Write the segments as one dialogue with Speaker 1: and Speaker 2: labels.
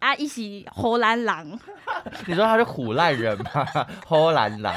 Speaker 1: 他啊一起荷兰狼。
Speaker 2: 你说他是虎烂人吗？荷兰狼。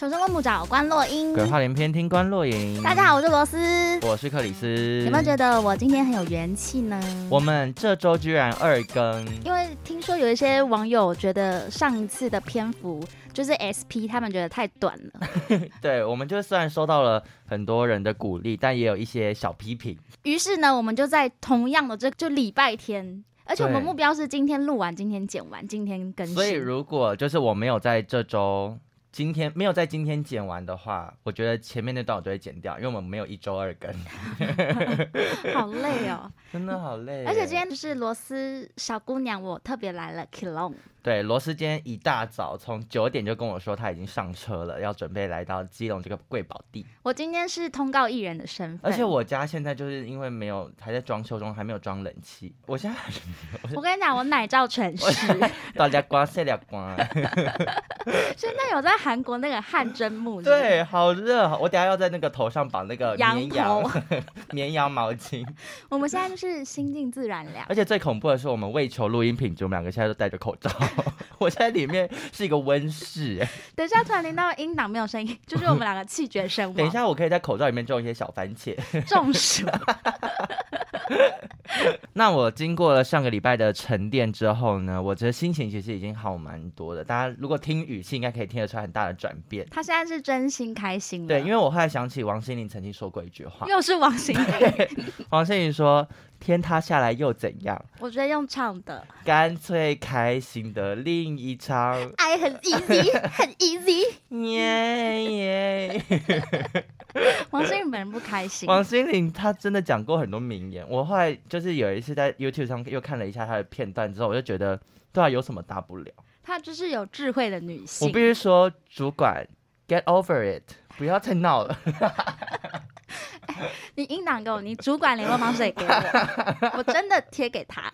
Speaker 1: 求生问不找关洛英。
Speaker 2: 鬼话连篇，听官落影。
Speaker 1: 大家好，我是罗斯。
Speaker 2: 我是克里斯。
Speaker 1: 有没有觉得我今天很有元气呢？
Speaker 2: 我们这周居然二更？
Speaker 1: 因为听说有一些网友觉得上一次的篇幅就是 SP，他们觉得太短 了。
Speaker 2: 对，我们就虽然收到了很多人的鼓励，但也有一些小批评。
Speaker 1: 于是呢，我们就在同样的这就礼拜天，而且我们
Speaker 2: 对
Speaker 1: 目标是今天录完，今天剪完，今天更新。
Speaker 2: 所以如果就是我没有在这周。今天没有在今天剪完的话，我觉得前面那段我都会剪掉，因为我们没有一周二更，
Speaker 1: 好累 哦。
Speaker 2: 真的好累耶。
Speaker 1: 而且今天就是罗斯小姑娘，我特别来了 Kilong。
Speaker 2: 对，罗斯今天一大早从九点就跟我说他已经上车了，要准备来到基隆这个贵宝地。
Speaker 1: 我今天是通告艺人的身份，
Speaker 2: 而且我家现在就是因为没有还在装修中，还没有装冷气，我现在
Speaker 1: 我跟你讲，我奶罩全湿。
Speaker 2: 大家刮晒了刮，
Speaker 1: 现在有在韩国那个汗蒸幕，是不是，
Speaker 2: 对，好热，我等下要在那个头上绑那个
Speaker 1: 羊
Speaker 2: 绵
Speaker 1: 头
Speaker 2: 羊。 绵羊毛巾，
Speaker 1: 我们现在就是心静自然凉。
Speaker 2: 而且最恐怖的是，我们为求录音品质，我们两个现在都戴着口罩， 我现在里面是一个温室。哎
Speaker 1: 等一下突然听到音档没有声音， 就是我们两个气绝身亡，
Speaker 2: 等一下，我可以在口罩里面种一些小番茄。
Speaker 1: 中暑。
Speaker 2: 那我经过了上个礼拜的沉淀之后呢，我觉得心情其实已经好蛮多的。大家如果听语气，应该可以听得出来很大的转变。
Speaker 1: 他现在是真心开心了，
Speaker 2: 对，因为我后来想起王心凌曾经说过一句话，
Speaker 1: 又是王心凌，
Speaker 2: 王心凌说：“天塌下来又怎样，
Speaker 1: 我觉得用唱的，
Speaker 2: 干脆开心的另一场。
Speaker 1: 爱哎很 easy，很 easy。”
Speaker 2: 耶耶！
Speaker 1: 王心凌本人不开心，
Speaker 2: 王心凌她真的讲过很多名言。我后来就是有一次在 YouTube 上又看了一下她的片段之后，我就觉得，对啊，有什么大不了？
Speaker 1: 她就是有智慧的女
Speaker 2: 我
Speaker 1: 性
Speaker 2: 必。须说，主管，get over it，不要再闹了。
Speaker 1: 你音档给我，你主管联络方式也给我， 我真的贴给他。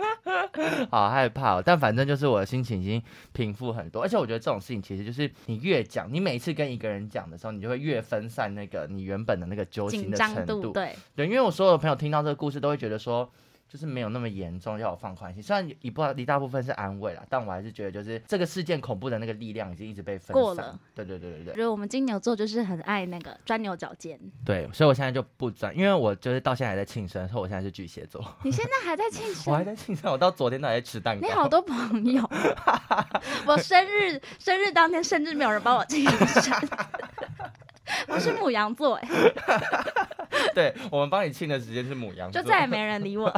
Speaker 2: 好害怕、哦，但反正就是我的心情已经平复很多，而且我觉得这种事情其实就是你越讲，你每次跟一个人讲的时候，你就会越分散那个你原本的那个揪心
Speaker 1: 紧
Speaker 2: 的程
Speaker 1: 张
Speaker 2: 度。
Speaker 1: 度对，
Speaker 2: 对，因为我所有的朋友听到这个故事都会觉得说。就是没有那么严重，要我放宽心。虽然一部一大部分是安慰啦，但我还是觉得，就是这个事件恐怖的那个力量已经一直被分
Speaker 1: 过
Speaker 2: 散
Speaker 1: 了。
Speaker 2: 对对对对对
Speaker 1: 觉得我们金牛座就是很爱那个钻牛角尖。
Speaker 2: 对，所以我现在就不转，因为我就是到现在还在庆生，所以我现在是巨蟹座，
Speaker 1: 你现在还在庆
Speaker 2: 我还
Speaker 1: 生？
Speaker 2: 在庆生，我到昨天都还在吃蛋糕。
Speaker 1: 你好多朋友， 我生日生日当天甚至没有人帮我庆生。 我是母羊座，哎，
Speaker 2: 对我们帮你庆的时间是母羊座，
Speaker 1: 就再也没人理我。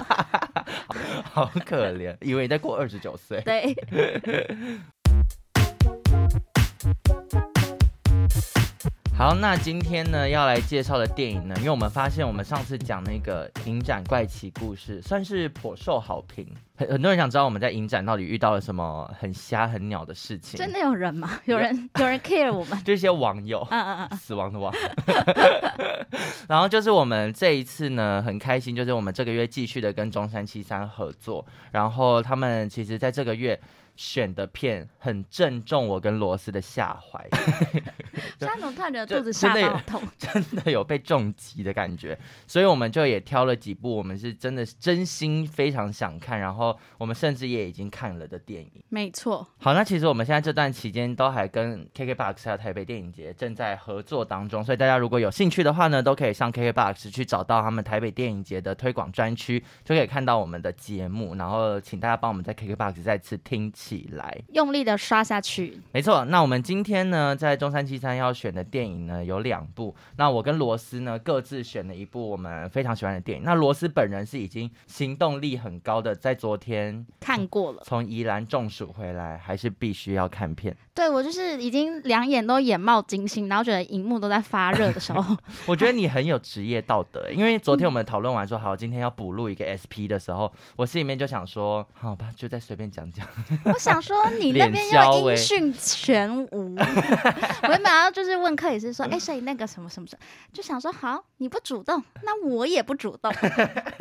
Speaker 2: 好可怜，以为你在过二十九岁。
Speaker 1: 对，
Speaker 2: 好，那今天呢要来介绍的电影呢，因为我们发现我们上次讲那个影展怪奇故事，算是颇受好评，很很多人想知道我们在影展到底遇到了什么很瞎很鸟的事情，
Speaker 1: 真的有人吗？有 人有人 care 我们？
Speaker 2: 这些网友。
Speaker 1: 嗯嗯嗯，
Speaker 2: 死亡的亡， 然后就是我们这一次呢，很开心，就是我们这个月继续的跟中山七三合作，然后他们其实在这个月选的片很正中我跟罗斯的下怀，
Speaker 1: 山总突然觉得
Speaker 2: 这
Speaker 1: 肚子下
Speaker 2: 真
Speaker 1: 巴
Speaker 2: 的有
Speaker 1: 好 痛。
Speaker 2: 真的有被重击的感觉，所以我们就也挑了几部我们是真的是真心非常想看，然后我们甚至也已经看了的电影。
Speaker 1: 没错，
Speaker 2: 好，那其实我们现在这段期间都还跟 KKBOX 还有台北电影节正在合作当中，所以大家如果有兴趣的话呢，都可以上 KKBOX 去找到他们台北电影节的推广专区，就可以看到我们的节目，然后请大家帮我们在 KKBOX 再次听起来。
Speaker 1: 用力的刷下去。
Speaker 2: 没错，那我们今天呢，在中山七三要选的电影呢有两部，那我跟罗斯呢各自选了一部我们非常喜欢的电影。那罗斯本人是已经行动力很高的，在昨天
Speaker 1: 看过了，
Speaker 2: 从宜兰中暑回来，还是必须要看片。
Speaker 1: 对我就是已经两眼都眼冒金星，然后觉得荧幕都在发热的时候，
Speaker 2: 我觉得你很有职业道德，因为昨天我们讨论完说好今天要补录一个 SP 的时候，我心里面就想说，好吧，就再随便讲 讲。
Speaker 1: 我想说你那边
Speaker 2: 脸消
Speaker 1: 要音
Speaker 2: 欸
Speaker 1: 讯全 无。我原本要就是问克里斯说，哎、所以那个什么什么什么，就想说好，你不主动，那我也不主动。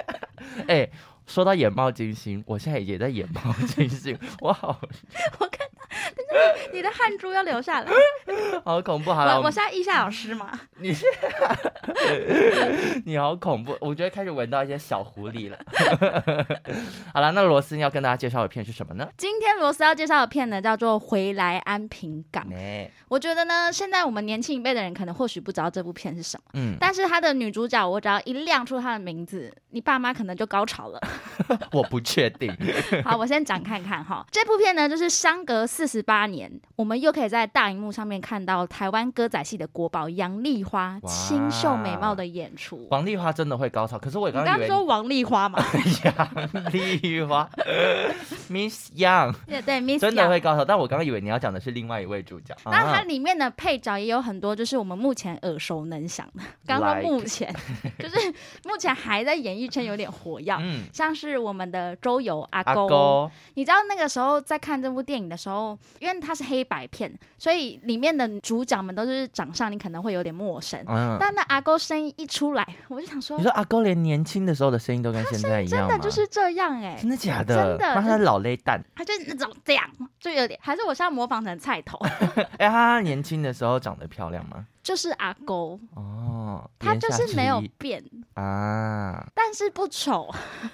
Speaker 2: 哎、说到眼冒金星，我现在也在眼冒金星，我好
Speaker 1: 我看到，等一下你的汗珠要流下来。
Speaker 2: 好恐怖！好了，
Speaker 1: 我
Speaker 2: 我
Speaker 1: 我
Speaker 2: 们
Speaker 1: 是要一下老师嘛？
Speaker 2: 你是你好恐怖，我觉得开始闻到一些小狐狸了。 好了，那罗斯你要跟大家介绍的片是什么呢？
Speaker 1: 今天罗斯要介绍的片呢，叫做《回来安平港》。
Speaker 2: 没，
Speaker 1: 我觉得呢，现在我们年轻一辈的人可能或许不知道这部片是什么，
Speaker 2: 嗯，
Speaker 1: 但是它的女主角，我只要一亮出她的名字，你爸妈可能就高潮了。
Speaker 2: 我不确定。
Speaker 1: 好，我先讲看看哈。这部片呢，就是相隔四十八年，我们又可以在大荧幕上面看到台湾歌仔戏的国宝杨丽花
Speaker 2: 哇
Speaker 1: 清秀美貌的演出。
Speaker 2: 王丽花真的会高潮，可是我
Speaker 1: 你
Speaker 2: 刚
Speaker 1: 刚
Speaker 2: 刚以
Speaker 1: 刚
Speaker 2: 为
Speaker 1: 说王丽花 嘛？
Speaker 2: 杨 丽 花，Miss Young
Speaker 1: 对对，Miss
Speaker 2: 真的
Speaker 1: Yang
Speaker 2: 会高潮，但我刚刚以为你要讲的是另外一位主角。
Speaker 1: 那它
Speaker 2: 啊
Speaker 1: 里面的配角也有很多，就是我们目前耳熟能详的。刚刚
Speaker 2: Like
Speaker 1: 目 前就是目前还在演艺圈有点火药，
Speaker 2: 嗯，
Speaker 1: 像是我们的周游阿
Speaker 2: 阿
Speaker 1: 公。
Speaker 2: 勾，
Speaker 1: 你知道那个时候在看这部电影的时候，因为它是黑白片，所以里面的主角们都是长相你可能会有点陌生。
Speaker 2: 嗯，
Speaker 1: 但那阿勾声音一出来，我就想说
Speaker 2: 你，说阿勾连年轻的时候的声音都跟现在一样
Speaker 1: 真
Speaker 2: 吗？
Speaker 1: 的就是这样哎、
Speaker 2: 真的假
Speaker 1: 真
Speaker 2: 的？
Speaker 1: 的
Speaker 2: 那
Speaker 1: 就
Speaker 2: 他老泪蛋。
Speaker 1: 他就是那种这样，就有点，还是我现在模仿成菜 头，
Speaker 2: 哎，他年轻的时候长得漂亮吗？
Speaker 1: 就是阿勾，
Speaker 2: 哦，
Speaker 1: 他
Speaker 2: 言
Speaker 1: 嗯就
Speaker 2: 下
Speaker 1: 是
Speaker 2: 之
Speaker 1: 没有
Speaker 2: 意
Speaker 1: 变，
Speaker 2: 啊。
Speaker 1: 但是不 丑。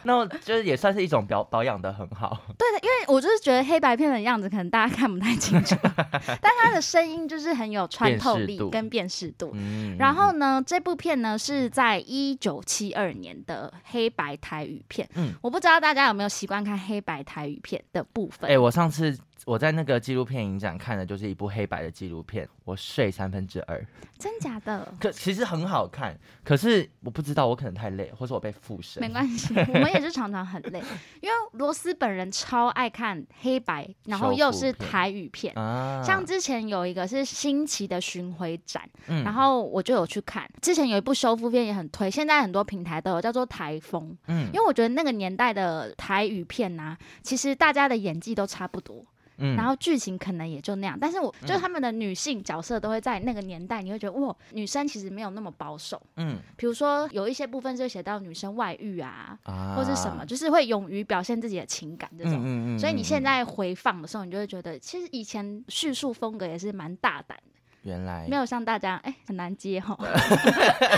Speaker 2: 那我就是也算是一种保保养的很好。
Speaker 1: 对我就是觉得黑白片的样子，可能大家看不太清 楚，但他的声音就是很有穿透
Speaker 2: 辨识度
Speaker 1: 力跟辨识度。
Speaker 2: 嗯，
Speaker 1: 然后呢，这部片呢是在一九七二年的黑白台语片。
Speaker 2: 嗯
Speaker 1: 我不知道大家有没有习惯看黑白台语片的部分。
Speaker 2: 哎、我上次我在那个纪录片影展看的就是一部黑白的纪录片，我睡三分之二，
Speaker 1: 真假的？
Speaker 2: 可其实很好看，可是我不知道我可能太累，或是啊我被附身
Speaker 1: 没。关系，我们也是常常很 累，因为罗斯本人超爱看黑白，然后又是
Speaker 2: 修复片
Speaker 1: 台语片。
Speaker 2: 啊
Speaker 1: 像之前有一个是新奇的巡回展，
Speaker 2: 嗯
Speaker 1: 然后我就有去看。之前有一部修复片也很推，现在很多平台都有，叫做《台风》。
Speaker 2: 嗯
Speaker 1: 因为我觉得那个年代的台语片呐、其实大家的演技都差不多，
Speaker 2: 嗯
Speaker 1: 然后剧情可能也就那样。但是我就是他们的女性角色都会在那个年代，你会觉得哇，女生其实没有那么保守。
Speaker 2: 嗯
Speaker 1: 比如说有一些部分就写到女生外遇啊，
Speaker 2: 啊
Speaker 1: 或是什么，就是会勇于表现自己的情感这种。
Speaker 2: 嗯
Speaker 1: 所以你
Speaker 2: 嗯
Speaker 1: 现在回放的时候，你就会觉得，其实以前叙述风格也是蛮大胆的
Speaker 2: 原来
Speaker 1: 没有像大家哎、很难接 哈，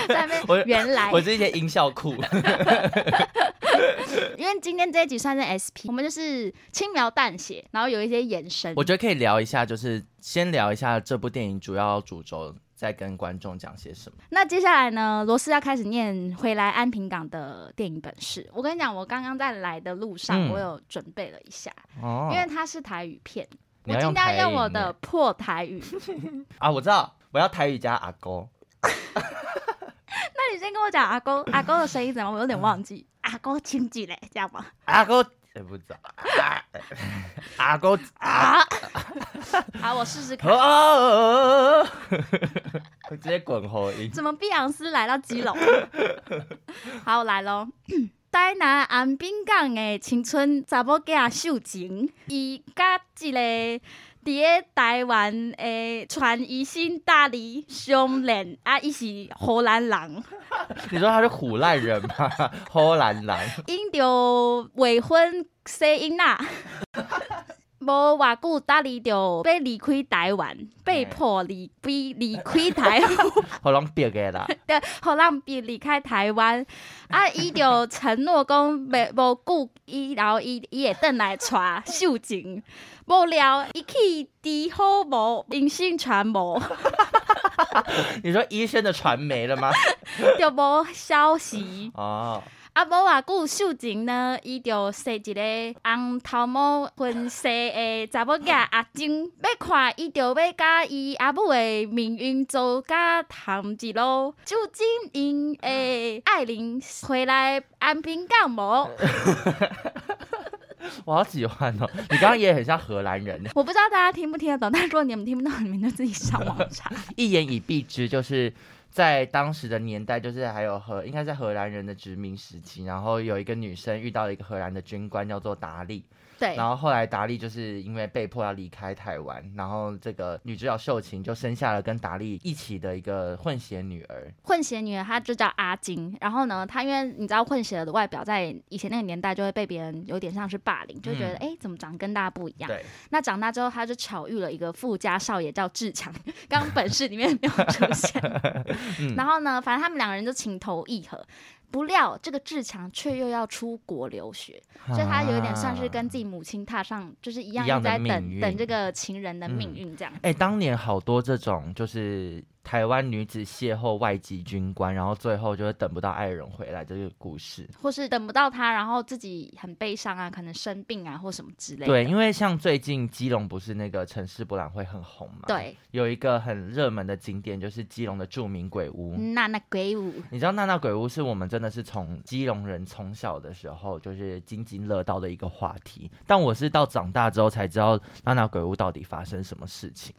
Speaker 1: 在那
Speaker 2: 我
Speaker 1: 边原来
Speaker 2: 我，是一些音效库，
Speaker 1: 因为今天这一集算是 SP，我们就是轻描淡写，然后有一些延伸
Speaker 2: 我。觉得可以聊一下，就是先聊一下这部电影主要主轴，再跟观众讲些什么。
Speaker 1: 那接下来呢，罗斯要开始念回来安平港的电影本事。我跟你讲，我刚刚在来的路上，
Speaker 2: 嗯
Speaker 1: 我有准备了一下，
Speaker 2: 哦
Speaker 1: 因为它是台语片，
Speaker 2: 你
Speaker 1: 我
Speaker 2: 要
Speaker 1: 今
Speaker 2: 用
Speaker 1: 天
Speaker 2: 台
Speaker 1: 要用我
Speaker 2: 语
Speaker 1: 的
Speaker 2: 念
Speaker 1: 破台 语。
Speaker 2: 啊，我知道，我要台语加阿公。
Speaker 1: 那你先跟我讲阿公阿公的声音怎么，我有点忘记。
Speaker 2: 啊
Speaker 1: 阿公亲戚嘞，这样 吗？
Speaker 2: 阿公，哎，不知道，啊阿公
Speaker 1: 啊，好，我试试看。
Speaker 2: 啊，我直接滚喉音。
Speaker 1: 怎么碧昂斯来到基隆？ 好，我来喽。 台南安滨港的青春查某囝秀情，伊甲一个伫咧台湾的传医新大理相恋，啊，伊是荷兰人，
Speaker 2: 你说他是虎烂人吗？ 荷兰狼
Speaker 1: 因着未婚生囡仔， 无偌久，搭理就要离开台湾，被迫离被离开台湾。
Speaker 2: 喉咙瘪个啦，
Speaker 1: 对，好让比离开台湾，啊，伊就承诺讲袂无久，伊然后伊伊会倒来娶秀琴，无料伊去治好无，音信全无，
Speaker 2: 你说医生的传媒了吗？
Speaker 1: 就无消息。
Speaker 2: 哦，
Speaker 1: 啊，无偌久秀琴呢，伊就生一个红头毛婚纱的查某囝阿晶，要看伊就要甲伊阿母的命运做甲谈一路，究竟因的爱玲回来安平港 无？
Speaker 2: 我好喜欢哦！你刚刚也很像荷兰人，
Speaker 1: 我不知 道大家听不听得懂，但如果你们听不懂，你们就自己上网查。
Speaker 2: 一言以蔽之就是在当时的年代，就是还有荷，应该在荷兰人的殖民时期，然后有一个女生遇到了一个荷兰的军官，叫做达利，
Speaker 1: 对
Speaker 2: 然后后来达利就是因为被迫要离开台湾，然后这个女主角秀琴就生下了跟达利一起的一个混血女儿，
Speaker 1: 混血女儿她就叫阿金，然后呢，她因为你知道混血的外表在以前那个年代就会被别人有点像是霸凌，就觉
Speaker 2: 嗯
Speaker 1: 得哎、诶怎么长跟大家不一样？
Speaker 2: 对，
Speaker 1: 那长大之后，她就巧遇了一个富家少爷叫志强，刚刚本市里面没有出 现。
Speaker 2: 嗯
Speaker 1: 然后呢，反正他们两个人就情投意合，不料这个志强却又要出国留学，所以他有点算是跟自己母亲踏上就是一样
Speaker 2: 啊一样
Speaker 1: 一直
Speaker 2: 的
Speaker 1: 在
Speaker 2: 命
Speaker 1: 等
Speaker 2: 运
Speaker 1: 等这个情人的命
Speaker 2: 嗯
Speaker 1: 运这样。
Speaker 2: 哎、当年好多这种就是台湾女子邂逅外籍军官，然后最后就是等不到爱人回来这个故事。
Speaker 1: 或是等不到他，然后自己很悲伤啊，可能生病啊或什么之类的。
Speaker 2: 对，因为像最近基隆不是那个城市博览会很红嘛，，
Speaker 1: 对，
Speaker 2: 有一个很热门的景点就是基隆的著名鬼屋。
Speaker 1: 娜娜鬼舞，
Speaker 2: 你知道娜娜鬼屋是我们真的是从基隆人从小的时候就是津津乐道的一个话题，但我是到长大之后才知道娜娜鬼屋到底发生什么事情。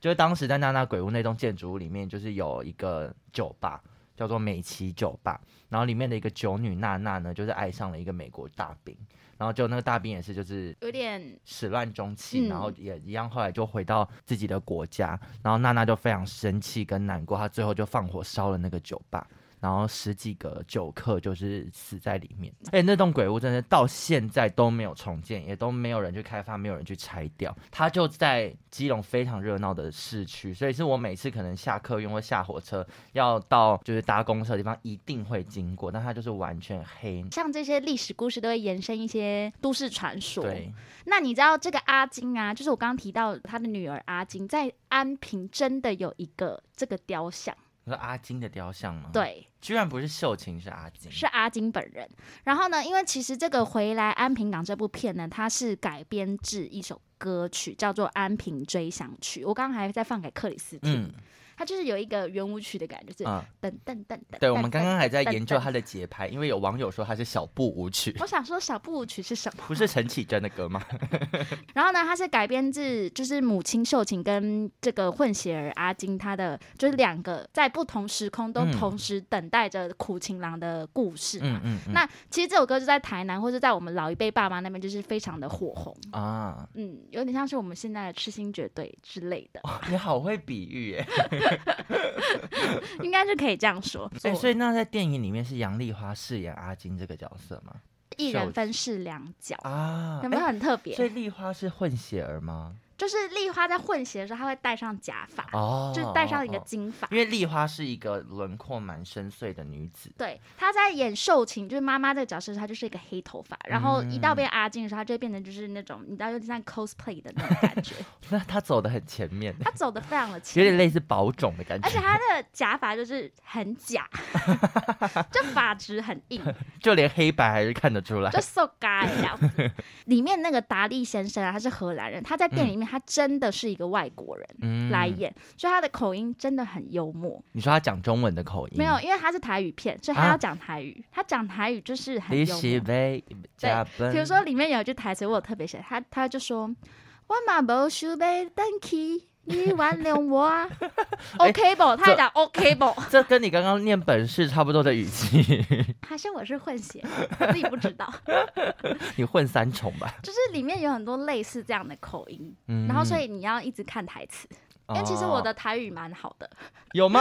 Speaker 2: 就是当时在娜娜鬼屋那栋建筑物里面，就是有一个酒吧叫做美琪酒吧，然后里面的一个酒女娜娜呢，就是爱上了一个美国大兵，然后就那个大兵也是就是
Speaker 1: 有点
Speaker 2: 始乱终
Speaker 1: 嗯
Speaker 2: 弃，然后也一样，后来就回到自己的国家，然后娜娜就非常生气跟难过，她最后就放火烧了那个酒吧，然后十几个酒客就是死在里面。哎，那栋鬼屋真的到现在都没有重建，也都没有人去开发，没有人去拆掉，它就在基隆非常热闹的市区，所以是我每次可能下客运或下火车要到就是搭公车的地方一定会经过，但它就是完全黑。
Speaker 1: 像这些历史故事都会延伸一些都市传说。
Speaker 2: 对，
Speaker 1: 那你知道这个阿金啊，就是我刚刚提到他的女儿阿金，在安平真的有一个这个雕像，
Speaker 2: 你说阿金的雕像吗？。
Speaker 1: 对，
Speaker 2: 居然不是秀琴，是阿金。
Speaker 1: 是阿金本人。然后呢，因为其实这个《回来安平港》这部片呢，它是改编自一首歌曲，叫做《安平追想曲》。我刚刚还在放给克里斯听，
Speaker 2: 嗯
Speaker 1: 它就是有一个圆舞曲的感觉，就是
Speaker 2: 嗯，
Speaker 1: 噔噔噔噔。
Speaker 2: 对，
Speaker 1: 噔
Speaker 2: 我们刚刚还在研究。
Speaker 1: 噔噔
Speaker 2: 他的节拍，因为有网友说他是小步舞 曲，
Speaker 1: 我想说小步舞曲是什么？
Speaker 2: 不是陈绮贞的歌吗？
Speaker 1: 然后呢，它是改编自就是母亲秀琴跟这个混血儿阿金，他的就是两个在不同时空都
Speaker 2: 嗯
Speaker 1: 同时等待着苦情郎的故事嘛。
Speaker 2: 嗯嗯嗯
Speaker 1: 那其实这首歌就在台南或者在我们老一辈爸妈那边就是非常的火红，
Speaker 2: 啊，
Speaker 1: 嗯，有点像是我们现在的痴心绝对之类 的，
Speaker 2: 你好会比喻耶！
Speaker 1: 应该是可以这样说。
Speaker 2: 哎，所以那在电影里面是杨丽花饰演阿金这个角色吗？
Speaker 1: 一
Speaker 2: 秀
Speaker 1: 人
Speaker 2: 琴
Speaker 1: 分饰两角，
Speaker 2: 啊，
Speaker 1: 有没有
Speaker 2: 哎
Speaker 1: 很特别？
Speaker 2: 所以丽花是混血儿吗？
Speaker 1: 就是丽花在混血的时候，她会戴上假发，
Speaker 2: 哦，
Speaker 1: 就是戴上一个
Speaker 2: 哦，哦
Speaker 1: 金发。
Speaker 2: 因为丽花是一个轮廓蛮深邃的女子。
Speaker 1: 对，她在演秀琴，就是妈妈这个角色的时候，她就是一个黑头发，然后一到
Speaker 2: 嗯
Speaker 1: 变阿金的时候，她就会变成就是那种你知道有点像 cosplay 的那种感 觉，
Speaker 2: 那她走的很前面，
Speaker 1: 她走的非常的
Speaker 2: 有
Speaker 1: 前
Speaker 2: 点
Speaker 1: 面，
Speaker 2: 类似保种的感
Speaker 1: 而且
Speaker 2: 觉，
Speaker 1: 她的假发就是很 假，就发质很硬，
Speaker 2: 就连黑白还是看得出来
Speaker 1: 就。so guy 这样子。 里面那个达利先生啊，他是荷兰人，他在店里面他真的是一个外国人。
Speaker 2: 嗯
Speaker 1: 来演，所以他的口音真的很幽默。
Speaker 2: 你说她讲中文的口音
Speaker 1: 没有，因为他是台语片，所以他
Speaker 2: 嗯啊
Speaker 1: 要讲台语。他讲台语就是很
Speaker 2: 你
Speaker 1: 幽默
Speaker 2: 是。被加分。
Speaker 1: 比如说里面有一句台词我有特别写，他他就说：“我嘛无想要等去，你原谅我 啊
Speaker 2: 哎
Speaker 1: ，OK 不？”他还讲 OK 不？
Speaker 2: 这跟你刚刚念本市差不多的语气，
Speaker 1: 还是我是混血，我自己不知道。
Speaker 2: 你混三重吧。
Speaker 1: 就是里面有很多类似这样的口音，
Speaker 2: 嗯
Speaker 1: 然后所以你要一直看台词。因为其实我的台语蛮好的，
Speaker 2: 哦嗯有吗？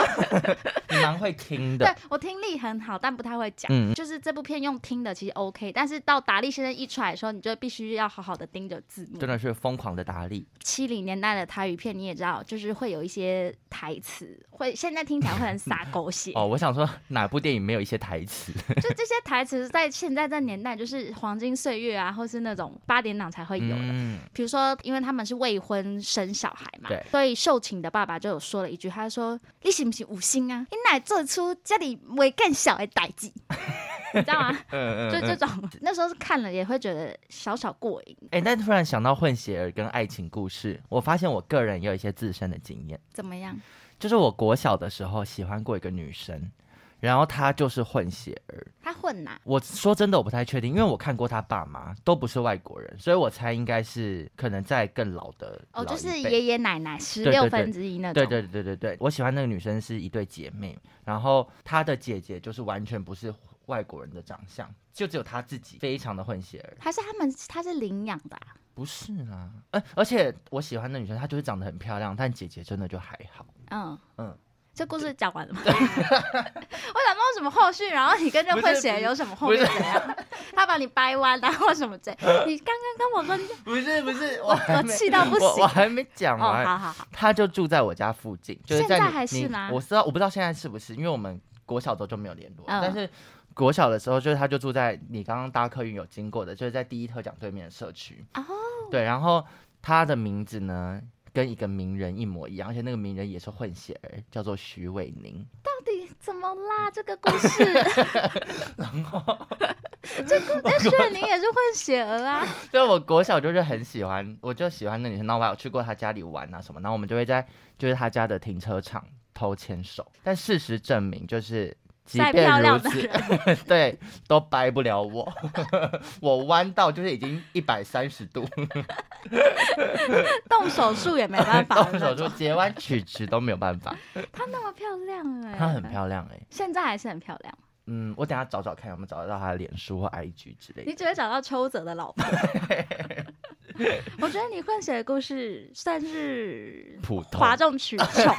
Speaker 2: 你蛮会听
Speaker 1: 对
Speaker 2: 的。
Speaker 1: 我听力很好，但不太会讲。
Speaker 2: 嗯
Speaker 1: 就是这部片用听的其实 OK，但是到达利先生一出来的时候，你就必须要好好的盯着字幕
Speaker 2: 真。的是疯狂的打 理，
Speaker 1: 七零年代的台语片你也知道，就是会有一些台词，会现在听起来 会很洒狗血。
Speaker 2: 哦！我想说哪部电影没有一些台词？
Speaker 1: 就这些台词在现在这年代就是黄金岁月啊，或是那种八点档才 会有的。
Speaker 2: 嗯，
Speaker 1: 比如说，因为他们是未婚生小孩嘛
Speaker 2: 对，
Speaker 1: 所以秀琴的爸爸就有说了一句，他说：“你是不是五星啊？你乃做出家里未更小的代志， 你知道吗？”
Speaker 2: 嗯
Speaker 1: 就这种，那时候是看了也会觉得小小过瘾。
Speaker 2: 哎、但突然想到混血儿跟爱情故事，我发现我个人也有一些自身的经验，
Speaker 1: 怎么样？
Speaker 2: 就是我国小的时候喜欢过一个女生，然后他就是混血儿。
Speaker 1: 他混哪？
Speaker 2: 我说真的，我不太确定，因为我看过他爸妈都不是外国人，所以我猜应该是可能在更老的
Speaker 1: 哦，
Speaker 2: 老
Speaker 1: 就
Speaker 2: 一
Speaker 1: 是
Speaker 2: 辈
Speaker 1: 爷爷奶奶十
Speaker 2: 对
Speaker 1: 六
Speaker 2: 对
Speaker 1: 分之一那种。
Speaker 2: 对对对对对，我喜欢那个女生是一对姐妹，然后她的姐姐就是完全不是外国人的长相，就只有她自己非常的混血儿，
Speaker 1: 还是他们他是领养的啊、
Speaker 2: 不是啦，呃，而且我喜欢的女生她就是长得很漂亮，但姐姐真的就还好，
Speaker 1: 嗯
Speaker 2: 嗯
Speaker 1: 嗯。这故事讲完了吗？ 我想问有什么后续，然后你跟这混血有什么后面
Speaker 2: 不
Speaker 1: 怎样？他把你掰弯然后什么 这？
Speaker 2: 嗯
Speaker 1: 你刚刚跟我说
Speaker 2: 不是不是，我还
Speaker 1: 我
Speaker 2: 没
Speaker 1: 气到不
Speaker 2: 我我
Speaker 1: 行。
Speaker 2: 还没讲
Speaker 1: 哦，
Speaker 2: 完，
Speaker 1: 好好好，
Speaker 2: 她就住在我家附近，就是
Speaker 1: 现在
Speaker 2: 你
Speaker 1: 还是
Speaker 2: 你
Speaker 1: 吗
Speaker 2: 我知道我不知道现在是不是，因为我们国小都就没有联络，
Speaker 1: 嗯
Speaker 2: 但是。国小的时候，就是她就住在你刚刚搭客运有经过的，就是在第一特奖对面的社区。
Speaker 1: 哦，
Speaker 2: 对，然后她的名字呢，跟一个名人一模一样，而且那个名人也是混血儿，叫做徐伟宁。
Speaker 1: 到底怎么啦？这个故事，这故那虽然你也是混血儿 啊，
Speaker 2: 所以我国小就是很喜欢，我就喜欢那女生，然后我还有去过她家里玩啊什么，然后我们就会在就是她家的停车场偷牵手。但事实证明，就是即
Speaker 1: 再漂
Speaker 2: 便如
Speaker 1: 亮的
Speaker 2: 此，
Speaker 1: 人，
Speaker 2: 对，都掰不了我， 我弯到就是已经一百三十度，
Speaker 1: 动手术也没办法的
Speaker 2: 动
Speaker 1: 那
Speaker 2: 手术
Speaker 1: 种。
Speaker 2: 截弯曲直都没有办 法。
Speaker 1: 她那么漂亮哎、
Speaker 2: 她很漂亮哎、
Speaker 1: 现在还是很漂亮。
Speaker 2: 嗯，我等下找找看有没有找得到她的脸书或 IG 之类的
Speaker 1: 你。只会找到邱泽的老 婆。我觉得你混血的故事算是
Speaker 2: 普通，
Speaker 1: 哗众取 宠。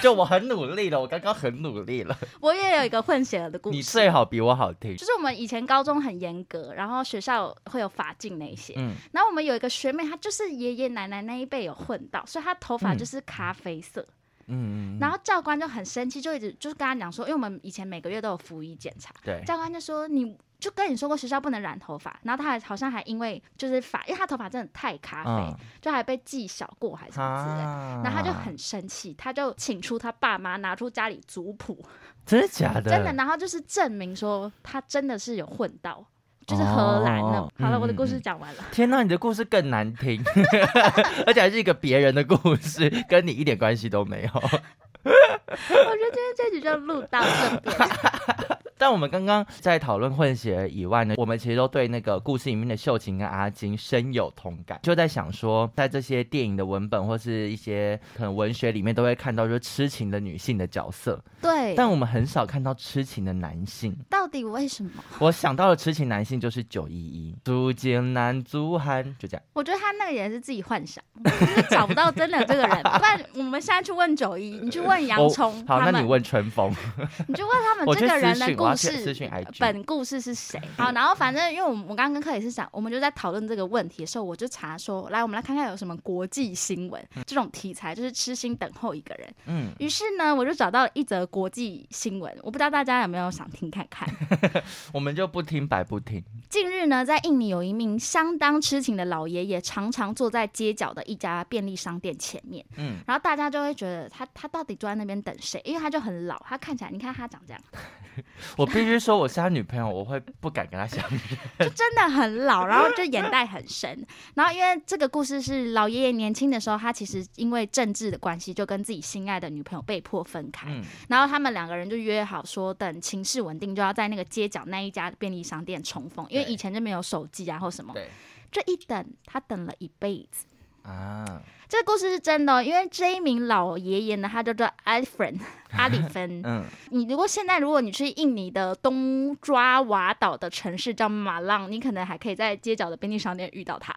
Speaker 2: 就我很努力了，我刚刚很努力了。
Speaker 1: 我也有一个混血儿的故
Speaker 2: 你
Speaker 1: 事
Speaker 2: 最，好比我好听
Speaker 1: 就。是我们以前高中很严格，然后学校会有法镜那一些。
Speaker 2: 嗯，
Speaker 1: 然后我们有一个学妹，她就是爷爷奶奶那一辈有混到，所以她头发
Speaker 2: 嗯
Speaker 1: 就是咖啡色。
Speaker 2: 嗯，嗯
Speaker 1: 然后教官就很生气，就一直就是跟她讲说，因为我们以前每个月都有服仪检查，
Speaker 2: 对，
Speaker 1: 教官就说你。就跟你说过学校不能染头发，然后她还好像还因为就是发，因为她头发真的太咖啡，
Speaker 2: 嗯
Speaker 1: 就还被记小过还是什么之类的。
Speaker 2: 啊
Speaker 1: 然后他就很生气，他就请出他爸妈，拿出家里族谱，
Speaker 2: 真的假的？
Speaker 1: 真的，然后就是证明说他真的是有混到，就是荷兰的。
Speaker 2: 哦
Speaker 1: 好了，
Speaker 2: 嗯
Speaker 1: 我的故
Speaker 2: 嗯
Speaker 1: 事
Speaker 2: 嗯
Speaker 1: 讲完了。
Speaker 2: 天呐，你的故事更难听， 而且还是一个别人的故事，跟你一点关系都没有。
Speaker 1: 我觉得今天这集就录到这 边。
Speaker 2: 但我们刚刚在讨论混血儿以外呢，我们其实都对那个故事里面的秀琴跟阿金深有同感，就在想说，在这些电影的文本或是一些可能文学里面，都会看到就是痴情的女性的角色，
Speaker 1: 对，
Speaker 2: 但我们很少看到痴情的男性。
Speaker 1: 到底为什么？
Speaker 2: 我想到的痴情男性就是九一一，竹间男竹汉，就这样。
Speaker 1: 我觉得他那个也是自己幻想，我就是找不到真的这个人。不然我们现在去问九一，你去问洋
Speaker 2: 我
Speaker 1: 葱
Speaker 2: 哦好，
Speaker 1: 他
Speaker 2: 那
Speaker 1: 们
Speaker 2: 你，问春风，
Speaker 1: 你就问他们
Speaker 2: 我
Speaker 1: 啊这
Speaker 2: 去
Speaker 1: 个
Speaker 2: 私
Speaker 1: 人的
Speaker 2: 讯，我
Speaker 1: 故
Speaker 2: 要去私
Speaker 1: 事。呃
Speaker 2: 讯 IG。
Speaker 1: 本故事是谁？好，然后反正因为我们我刚刚跟克里斯讲，我们就在讨论这个问题的时候，我就查说，来我们来看看有什么国际新闻这种题材，就是痴心等候一个人。
Speaker 2: 嗯，
Speaker 1: 于是呢，我就找到了一则国际新闻，我不知道大家有没有想听看 看。
Speaker 2: 我们就不听白不听。
Speaker 1: 近日呢，在印尼有一名相当痴情的老爷爷，常常坐在街角的一家便利商店前面，
Speaker 2: 嗯
Speaker 1: 嗯，然后大家就会觉得他他到底坐在那边等谁？因为他就很老，他看起来，你看他长这样，
Speaker 2: 我必须说，我是他女朋友，我会不敢跟他相遇。
Speaker 1: 就真的很老，然后就眼袋很深。 然后因为这个故事是老爷爷年轻的时候，他其实因为政治的关系，就跟自己心爱的女朋友被迫分开。
Speaker 2: 嗯
Speaker 1: 然后他们两个人就约好说，等情势稳定，就要在那个街角那一家便利商店重逢，因为
Speaker 2: 对
Speaker 1: 以前就没有手机啊或什么。
Speaker 2: 对
Speaker 1: 这一等，他等了一辈子。
Speaker 2: 啊，
Speaker 1: 这个故事是真的哦、因为这一名老爷爷呢，他叫做 Alfred 阿里芬。
Speaker 2: 嗯，
Speaker 1: 你如果现在如果你去印尼的东爪哇岛的城市叫马浪，你可能还可以在街角的便利商店遇到他。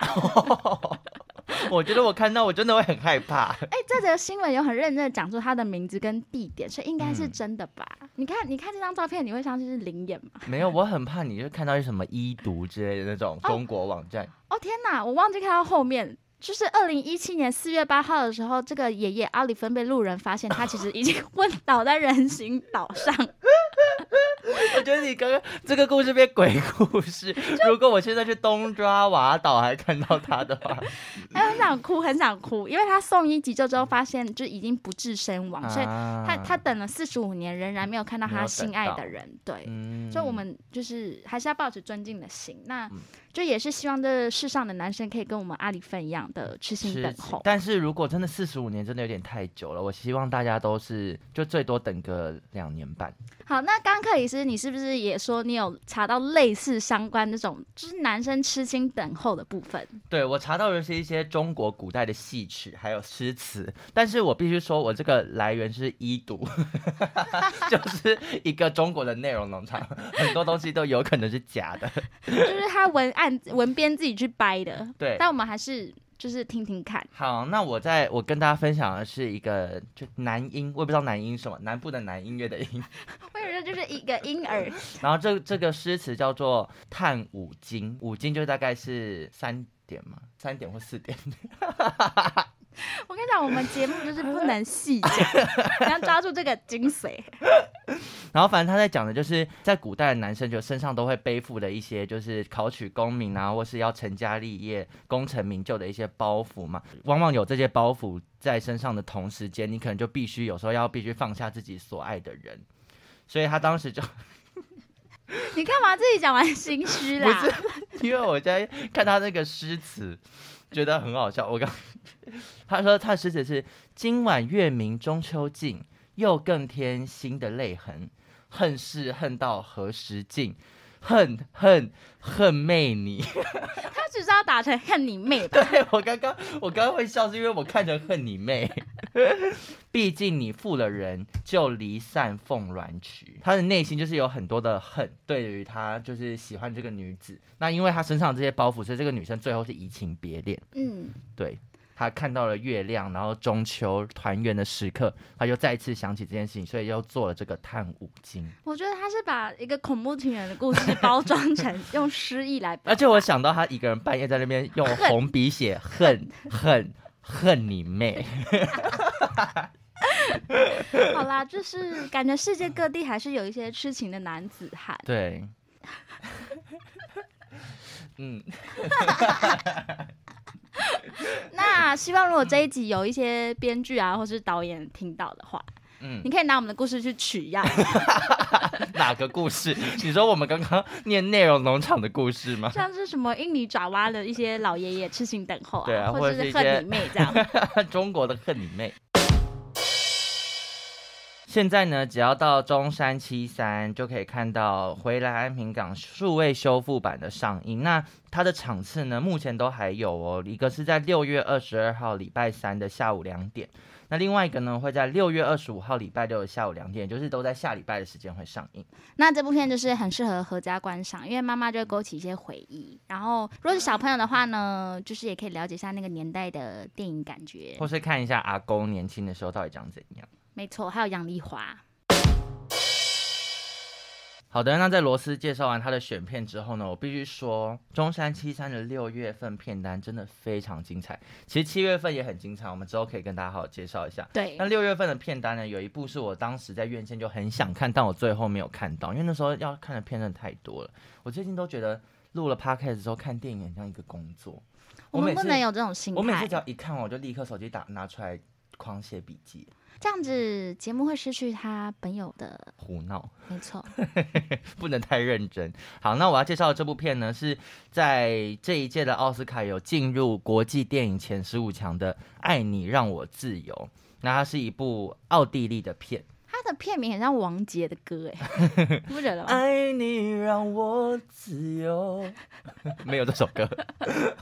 Speaker 2: 我觉得我看到我真的会很害怕。
Speaker 1: 哎，这则新闻有很认真的讲出他的名字跟地点，所以应该是
Speaker 2: 嗯
Speaker 1: 真的吧？你看，你看这张照片，你会相信是灵眼吗？
Speaker 2: 没有，我很怕你就看到一些什么医毒之类的那种中国网站。
Speaker 1: 哦天哪，我忘记看到后面。就是二零一七年四月八号的时候，这个爷爷阿里芬被路人发现，他其实已经 昏倒在人行道上。
Speaker 2: 我觉得你刚刚这个故事变鬼故事。如果我现在去东抓瓦岛还看到他的话，
Speaker 1: 哎，很想哭，很想哭，因为他送医急救之后发现就已经不治身亡， 所以他
Speaker 2: 他
Speaker 1: 他等了四十五年，仍然没有看到
Speaker 2: 嗯没
Speaker 1: 他
Speaker 2: 有
Speaker 1: 心
Speaker 2: 等
Speaker 1: 爱
Speaker 2: 到
Speaker 1: 的人，对。
Speaker 2: 嗯
Speaker 1: 所以，我们就是还是要抱着尊敬的心，那就也是希望这世上的男生可以跟我们阿里芬一样
Speaker 2: 嗯
Speaker 1: 的痴心等
Speaker 2: 是
Speaker 1: 候。
Speaker 2: 但是如果真的四十五年，真的有点太久了。我希望大家都是就最多等个两年半。
Speaker 1: 好，那刚克里斯，你是不是也说你有查到类似相关那种，就是男生痴心等候的部分？
Speaker 2: 对我查到的是一些中国古代的戏曲还有诗词，但是我必须说我这个来源是医读， 就是一个中国的内容农场，很多东西都有可能是假的。
Speaker 1: 就是他文案文编自己去掰的，
Speaker 2: 对，
Speaker 1: 但我们还是就是听听 看。
Speaker 2: 好，那我在我跟大家分享的是一个就南音，我也不知道南音是什么，南部的南音乐的音。
Speaker 1: 或者说就是一个婴儿，
Speaker 2: 然后这这个诗词叫做《探五经》，五经就大概是三点嘛，三点或四点。
Speaker 1: 我跟你讲，我们节目就是不能细 讲，你要抓住这个精髓。
Speaker 2: 然后反正他在讲的就是在古代的男生就身上都会背负的一些就是考取功名啊，或是要成家立业、功成名就的一些包袱嘛。往往有这些包袱在身上的同时间，你可能就必须有时候要必须放下自己所爱的人。所以他当时就
Speaker 1: 你干嘛自己讲完心虚啦？
Speaker 2: 不因为我在看他那个诗词，觉得很好笑。我刚他说他的诗词是“今晚月明中秋尽，又更添新的泪痕。恨是恨到何时尽？恨恨恨妹你！
Speaker 1: 他只是要打成恨你妹 吧？
Speaker 2: 对我刚刚我刚刚会笑，是因为我看着恨你妹。毕竟你负了人，就离散凤鸾曲。他的内心就是有很多的恨，对于他就是喜欢这个女子。那因为他身上这些包袱，所以这个女生最后是移情别恋。
Speaker 1: 嗯，
Speaker 2: 对他看到了月亮，然后中秋团圆的时刻，他就再次想起这件事情，所以又做了这个探五经。
Speaker 1: 我觉得他是把一个恐怖情人的故事包装成用诗意来表达，
Speaker 2: 而且我想到他一个人半夜在那边用红笔写恨恨恨你妹，
Speaker 1: 好啦，就是感觉世界各地还是有一些痴情的男子汉。
Speaker 2: 对。嗯，
Speaker 1: 那希望如果这一集有一些编剧啊，或是导演听到的话，
Speaker 2: 嗯
Speaker 1: 你可以拿我们的故事去取 样。
Speaker 2: 哪个故事？ 你说我们刚刚念内容农场的故事吗？
Speaker 1: 像是什么印尼爪哇的一些老爷爷痴心等候啊，
Speaker 2: 对啊
Speaker 1: 或
Speaker 2: 或者是
Speaker 1: 是
Speaker 2: 一
Speaker 1: 恨
Speaker 2: 些
Speaker 1: 你妹这样。
Speaker 2: 中国的恨你妹。现在呢，只要到中山七三就可以看到《回来安平港》数位修复版的上映。那它的场次呢，目前都还有哦，一个是在六月二十二号礼拜三的下午两点，那另外一个呢会在六月二十五号礼拜六的下午两点，就是都在下礼拜的时间会上映。
Speaker 1: 那这部片就是很适合合家观赏，因为妈妈就会勾起一些回忆。然后如果是小朋友的话呢，就是也可以了解一下那个年代的电影感觉
Speaker 2: 或。是看一下阿公年轻的时候到底长怎样。
Speaker 1: 没错，还有杨丽华。
Speaker 2: 好的，那在罗斯介绍完他的选片之后呢，我必须说，中山七三的六月份片单真的非常精彩。其实七月份也很精彩，我们之后可以跟大家好好介绍一下。
Speaker 1: 对
Speaker 2: 那，六月份的片单呢，有一部是我当时在院线就很想看，但我最后没有看到，因为那时候要看的片真的太多了。我最近都觉得录了 podcast 之后看电影很像一个工作，
Speaker 1: 我
Speaker 2: 每
Speaker 1: 们
Speaker 2: 次
Speaker 1: 不能有这种心
Speaker 2: 我每次
Speaker 1: 态
Speaker 2: 只，要一看完，我就立刻手机打拿出来狂写笔记，
Speaker 1: 这样子节目会失去它本有的。
Speaker 2: 胡闹。
Speaker 1: 没错，
Speaker 2: 不能太认真。好，那我要介绍的这部片呢，是在这一届的奥斯卡有进入国际电影前十五强的《爱你让我自由》。那它是一部奥地利的片，
Speaker 1: 它的片名很像王杰的歌，哎，你不觉得
Speaker 2: 《
Speaker 1: 吗？
Speaker 2: 爱哎你让我自由》 没有这首歌，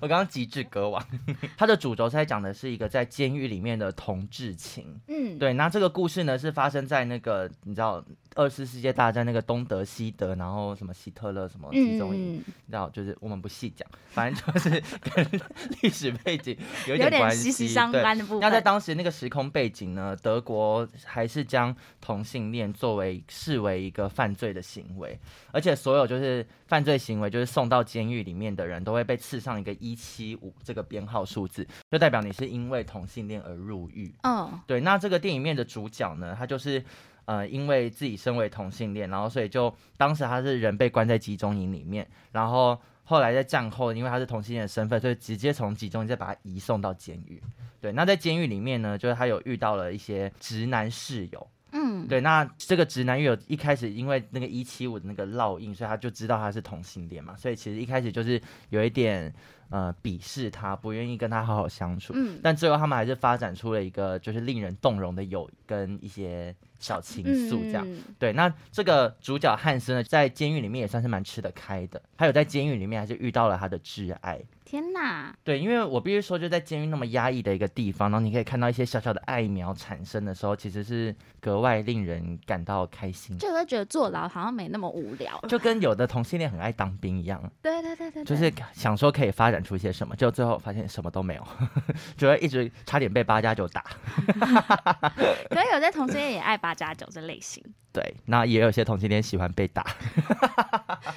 Speaker 2: 我刚刚极致歌王。 它的主轴是在讲的是一个在监狱里面的同志情，
Speaker 1: 嗯，
Speaker 2: 对，那这个故事呢是发生在那个你知道二次世界大战那个东德西德，然后什么希特勒什么集中营，
Speaker 1: 嗯，
Speaker 2: 你知道就是我们不细讲， 反正就是跟 历史背景
Speaker 1: 有
Speaker 2: 有点
Speaker 1: 点
Speaker 2: 关系。
Speaker 1: 息息相
Speaker 2: 对，
Speaker 1: 关的部
Speaker 2: 那在
Speaker 1: 分。
Speaker 2: 当时那个时空背景呢，德国还是将同性恋作为视为一个犯罪的行为，而且所有就是犯罪行为，就是送到监狱里面的人都会被刺上一个一七五这个编号数字，就代表你是因为同性恋而入狱。
Speaker 1: 嗯，
Speaker 2: 对，那这个电影面的主角呢，他就是呃，因为自己身为同性恋，然后所以就当时他是人被关在集中营里面，然后。后来在战后，因为他是同性恋的身份，所以直接从集中营再把他移送到监狱。对，那在监狱里面呢，就是他有遇到了一些直男室友。
Speaker 1: 嗯，
Speaker 2: 对，那这个直男狱友一开始因为那个一七五的那个烙印，所以他就知道他是同性恋嘛，所以其实一开始就是有一点呃鄙视他，不愿意跟他好好相处。
Speaker 1: 嗯
Speaker 2: 但最后他们还是发展出了一个就是令人动容的友谊跟一些小情愫这样。
Speaker 1: 嗯
Speaker 2: 对，那这个主角汉斯呢，在监狱里面也算是蛮吃得开的，还有在监狱里面还是遇到了他的挚爱。
Speaker 1: 天哪，
Speaker 2: 对，因为我必须说，就在监狱那么压抑的一个地方，然后你可以看到一些小小的爱苗产生的时候，其实是格外令人感到开心，
Speaker 1: 就会觉得坐牢好像没那么无聊了。
Speaker 2: 就跟有的同性恋很爱当兵一样，
Speaker 1: 对对对对，对
Speaker 2: 嗯就是想说可以发展出一些什么，就最后发现什么都没有， 就会一直差点被八加九打。
Speaker 1: 可是有些同性恋也爱八加九这类 型。
Speaker 2: 对，那也有些同性恋喜欢被打。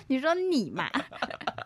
Speaker 1: 你说你嘛，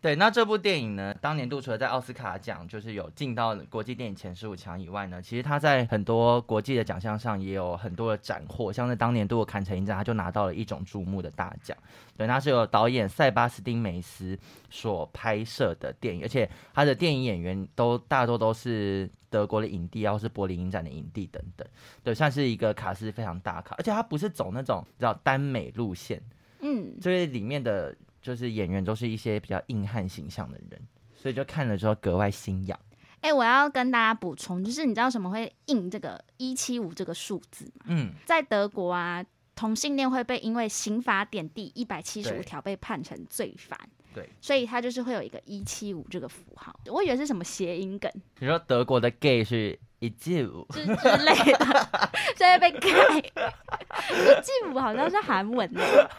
Speaker 2: 对，那这部电影呢，当年度除了在奥斯卡奖就是有进到国际电影前十五强以外呢，其实它在很多国际的奖项上也有很多的斩获，像是当年度的坎城影展，它就拿到了一种注目的大奖。对，那是由导演塞巴斯汀梅斯所拍摄的电影，而且他的电影演员都大多都是德国的影帝啊，或是柏林影展的影帝等等。对，算是一个卡司非常大咖，而且他不是走那种叫耽美路线。
Speaker 1: 嗯，
Speaker 2: 就是里面的就是演员都是一些比较硬汉形象的人，所以就看了之后格外心痒。
Speaker 1: 哎、我要跟大家补充，就是你知道什么会印这个一七五这个数字吗？
Speaker 2: 嗯，
Speaker 1: 在德国啊，同性恋会被因为刑法典第一百七十五
Speaker 2: 对
Speaker 1: 条被判成罪犯，
Speaker 2: 对，
Speaker 1: 所以它就是会有一个一七五这个符号。我以为是什么谐音梗
Speaker 2: 你说德国的 gay 是一季五，
Speaker 1: 之之类的， 所以被盖。 一七五好像是韩文的，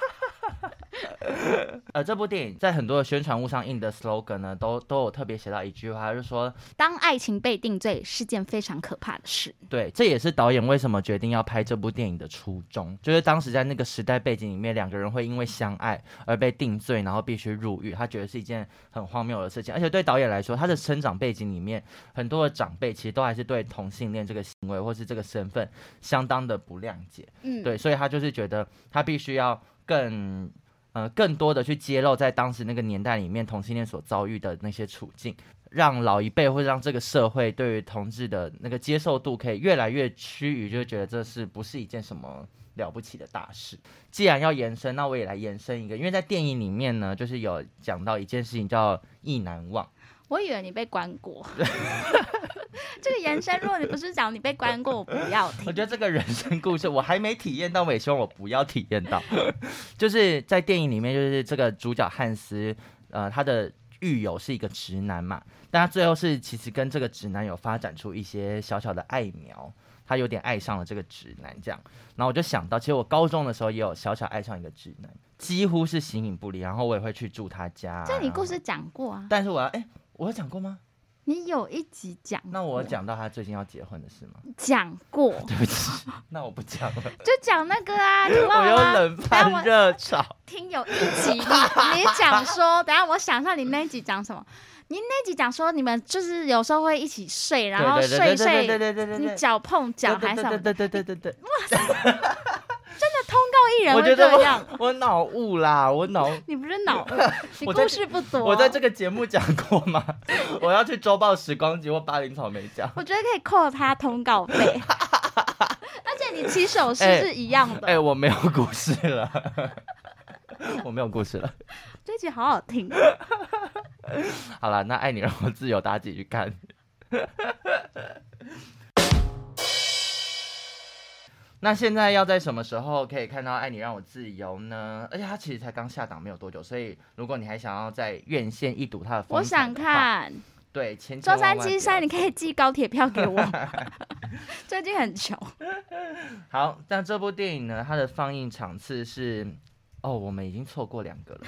Speaker 2: 呃，这部电影在很多的宣传物上印的 slogan 呢，都都有特别写到一句话，就是说，
Speaker 1: 当爱情被定罪是件非常可怕的事。
Speaker 2: 对，这也是导演为什么决定要拍这部电影的初衷，就是当时在那个时代背景里面，两个人会因为相爱而被定罪，然后必须入狱，他觉得是一件很荒谬的事情。而且对导演来说，他的生长背景里面，很多的长辈其实都还是对同性恋这个行为或是这个身份相当的不谅解，
Speaker 1: 嗯，
Speaker 2: 对，所以他就是觉得他必须要更。呃，更多的去揭露在当时那个年代里面同性恋所遭遇的那些处境，让老一辈或者让这个社会对于同志的那个接受度可以越来越趋于，就觉得这是不是一件什么了不起的大事。既然要延伸，那我也来延伸一个，因为在电影里面呢，就是有讲到一件事情叫意难忘。
Speaker 1: 我以为你被关过。 这个延伸，如果你不是讲你被关过，我不要听。
Speaker 2: 我觉得这个人生故事我还没体验到，我也希望我不要体验到。就是在电影里面，就是这个主角汉斯，呃，他的狱友是一个直男嘛，但他最后是其实跟这个直男有发展出一些小小的爱苗。他有点爱上了这个直男，这样，然后我就想到，其实我高中的时候也有小小爱上一个直男，几乎是形影不离，然后我也会去住他家、啊
Speaker 1: 这你故，事讲过啊，
Speaker 2: 但是我要，哎、我有讲过吗？
Speaker 1: 你有一集讲过，
Speaker 2: 那我讲到他最近要结婚的事吗？
Speaker 1: 讲过，
Speaker 2: 对不起，那我不讲了。
Speaker 1: 就讲那个 啊，你忘
Speaker 2: 我有
Speaker 1: 了吗？
Speaker 2: 冷饭热炒，
Speaker 1: 听有一集你你讲说， 等一下我想一下你那一集讲什么？你那集讲说你们就是有时候会一起睡，
Speaker 2: 对
Speaker 1: 然后睡一
Speaker 2: 对对
Speaker 1: 睡，
Speaker 2: 对对对对
Speaker 1: 你
Speaker 2: 对，
Speaker 1: 脚碰脚还是什么的？
Speaker 2: 对对对对对 对对，
Speaker 1: 艺人
Speaker 2: 我
Speaker 1: 会
Speaker 2: 觉得
Speaker 1: 这样，
Speaker 2: 我我脑雾啦，我 脑。
Speaker 1: 你不是脑雾，你
Speaker 2: 我在
Speaker 1: 故事不多。
Speaker 2: 我在这个节目讲过吗？ 我要去周报时光机或巴黎草莓奖。
Speaker 1: 我觉得可以扣他通告费， 而且你起手势是一样的。
Speaker 2: 哎、我没有故事了， 我没有故事了。
Speaker 1: 这集好好听，哦
Speaker 2: 好了，那爱你让我自由，大家自己去看。 那现在要在什么时候可以看到《爱你让我自由》呢？而且它其实才刚下档没有多久，所以如果你还想要在院线一睹它的风
Speaker 1: 我
Speaker 2: 采
Speaker 1: 想
Speaker 2: 的话，
Speaker 1: 看
Speaker 2: 对，千千
Speaker 1: 周
Speaker 2: 万
Speaker 1: 三
Speaker 2: 万
Speaker 1: 七三，你可以寄高铁票给我。 最近很穷，
Speaker 2: 不要好。但这部电影呢，它的放映场次是，哦，我们已经错过两个了，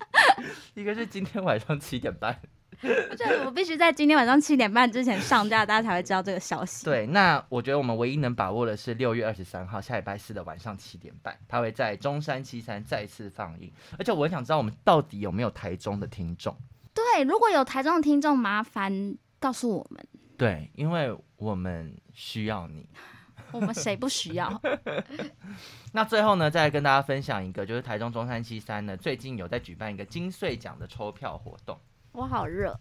Speaker 2: 一个是今天晚上七点半，
Speaker 1: 我觉得我必须在今天晚上七点半之前上架，大家才会知道这个消息。
Speaker 2: 对，那我觉得我们唯一能把握的是六月二十三号下礼拜四的晚上七点半，它会在中山七三再次放映。而且我很想知道我们到底有没有台中的听众？
Speaker 1: 对，如果有台中的听众，麻烦告诉我们。
Speaker 2: 对，因为我们需要你。
Speaker 1: 我们谁不需要？
Speaker 2: 那最后呢，再跟大家分享一个，就是台中中山七三呢，最近有在举办一个金穗奖的抽票活动，
Speaker 1: 我好热，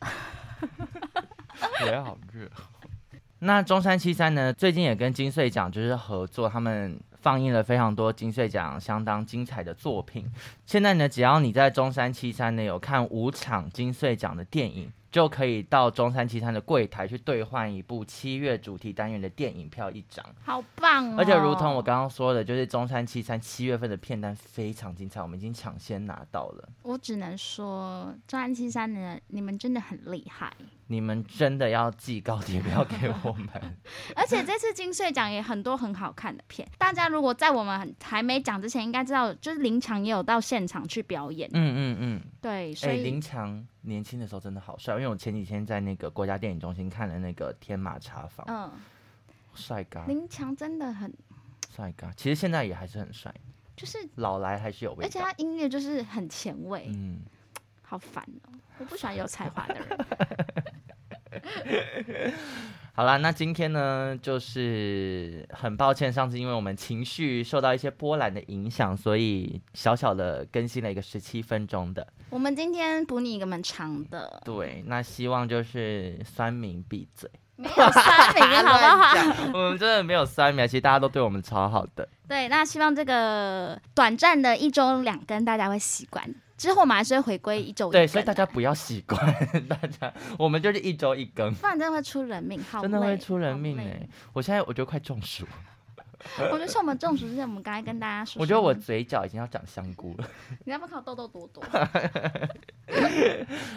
Speaker 2: 我 也好热。那中山七三呢，最近也跟金穗奖就是合作，他们放映了非常多金穗奖相当精彩的作品。现在呢，只要你在中山七三呢有看五场金穗奖的电影，就可以到中山七三的柜台去兑换一部七月主题单元的电影票一张。
Speaker 1: 好棒哦！
Speaker 2: 而且如同我刚刚说的，就是中山七三七月份的片单非常精彩，我们已经抢先拿到了。
Speaker 1: 我只能说，专案七三呢，你们真的很厉害。
Speaker 2: 你们真的要寄高铁票给我们？
Speaker 1: 而且这次金穗奖也很多很好看的片，大家如果在我们很还没讲之前，应该知道，就是林强也有到现场去表演。
Speaker 2: 嗯嗯嗯。
Speaker 1: 对，所
Speaker 2: 哎、
Speaker 1: 以、
Speaker 2: 林强年轻的时候真的好帅，因为我前几天在那个国家电影中心看了那个《天马茶坊》，
Speaker 1: 嗯，
Speaker 2: 帅哥，
Speaker 1: 林强真的很，
Speaker 2: 帅哥，其实现在也还是很帅，
Speaker 1: 就是
Speaker 2: 老来还是有味
Speaker 1: 而且
Speaker 2: 道。
Speaker 1: 他音乐就是很前卫，
Speaker 2: 嗯，
Speaker 1: 好烦哦、我不喜欢有才华的 人。
Speaker 2: 好啦，那今天呢，就是很抱歉，上次因为我们情绪受到一些波澜的影响，所以小小的更新了一个十七分钟的。
Speaker 1: 我们今天补你一个蛮长 的，
Speaker 2: 对，那希望就是酸民闭嘴，
Speaker 1: 没有三名，好不好？
Speaker 2: 我们真的没有酸民，其实大家都对我们超好的。
Speaker 1: 对，那希望这个短暂的一周两更大家会习惯，之后我们还是会回归一周一更
Speaker 2: 对，
Speaker 1: 啊
Speaker 2: 所以大家不要习惯， 大家我们就是一周一更。
Speaker 1: 不然真的会出人命，好
Speaker 2: 真的
Speaker 1: 累
Speaker 2: 会出人
Speaker 1: 好
Speaker 2: 命哎、
Speaker 1: 累
Speaker 2: 我现在我觉得快中暑，
Speaker 1: 我觉得像我们中暑之前，我们刚才跟大家说，
Speaker 2: 我觉得我嘴角已经要长香菇了。
Speaker 1: 你要不要看我痘痘多 多？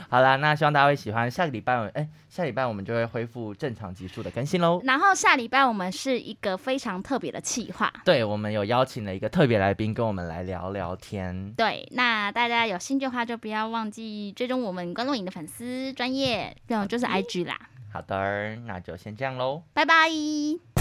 Speaker 2: 好啦，那希望大家会喜欢。下个礼拜我，哎、下礼拜我们就会恢复正常集数的更新喽。
Speaker 1: 然后下礼拜我们是一个非常特别的企划，
Speaker 2: 对，我们有邀请了一个特别来宾跟我们来聊聊天。
Speaker 1: 对，那大家有兴趣的话就不要忘记追踪我们观众影的粉丝专业，这种就是 IG 啦，
Speaker 2: 好的，那就先这样喽。
Speaker 1: 拜拜。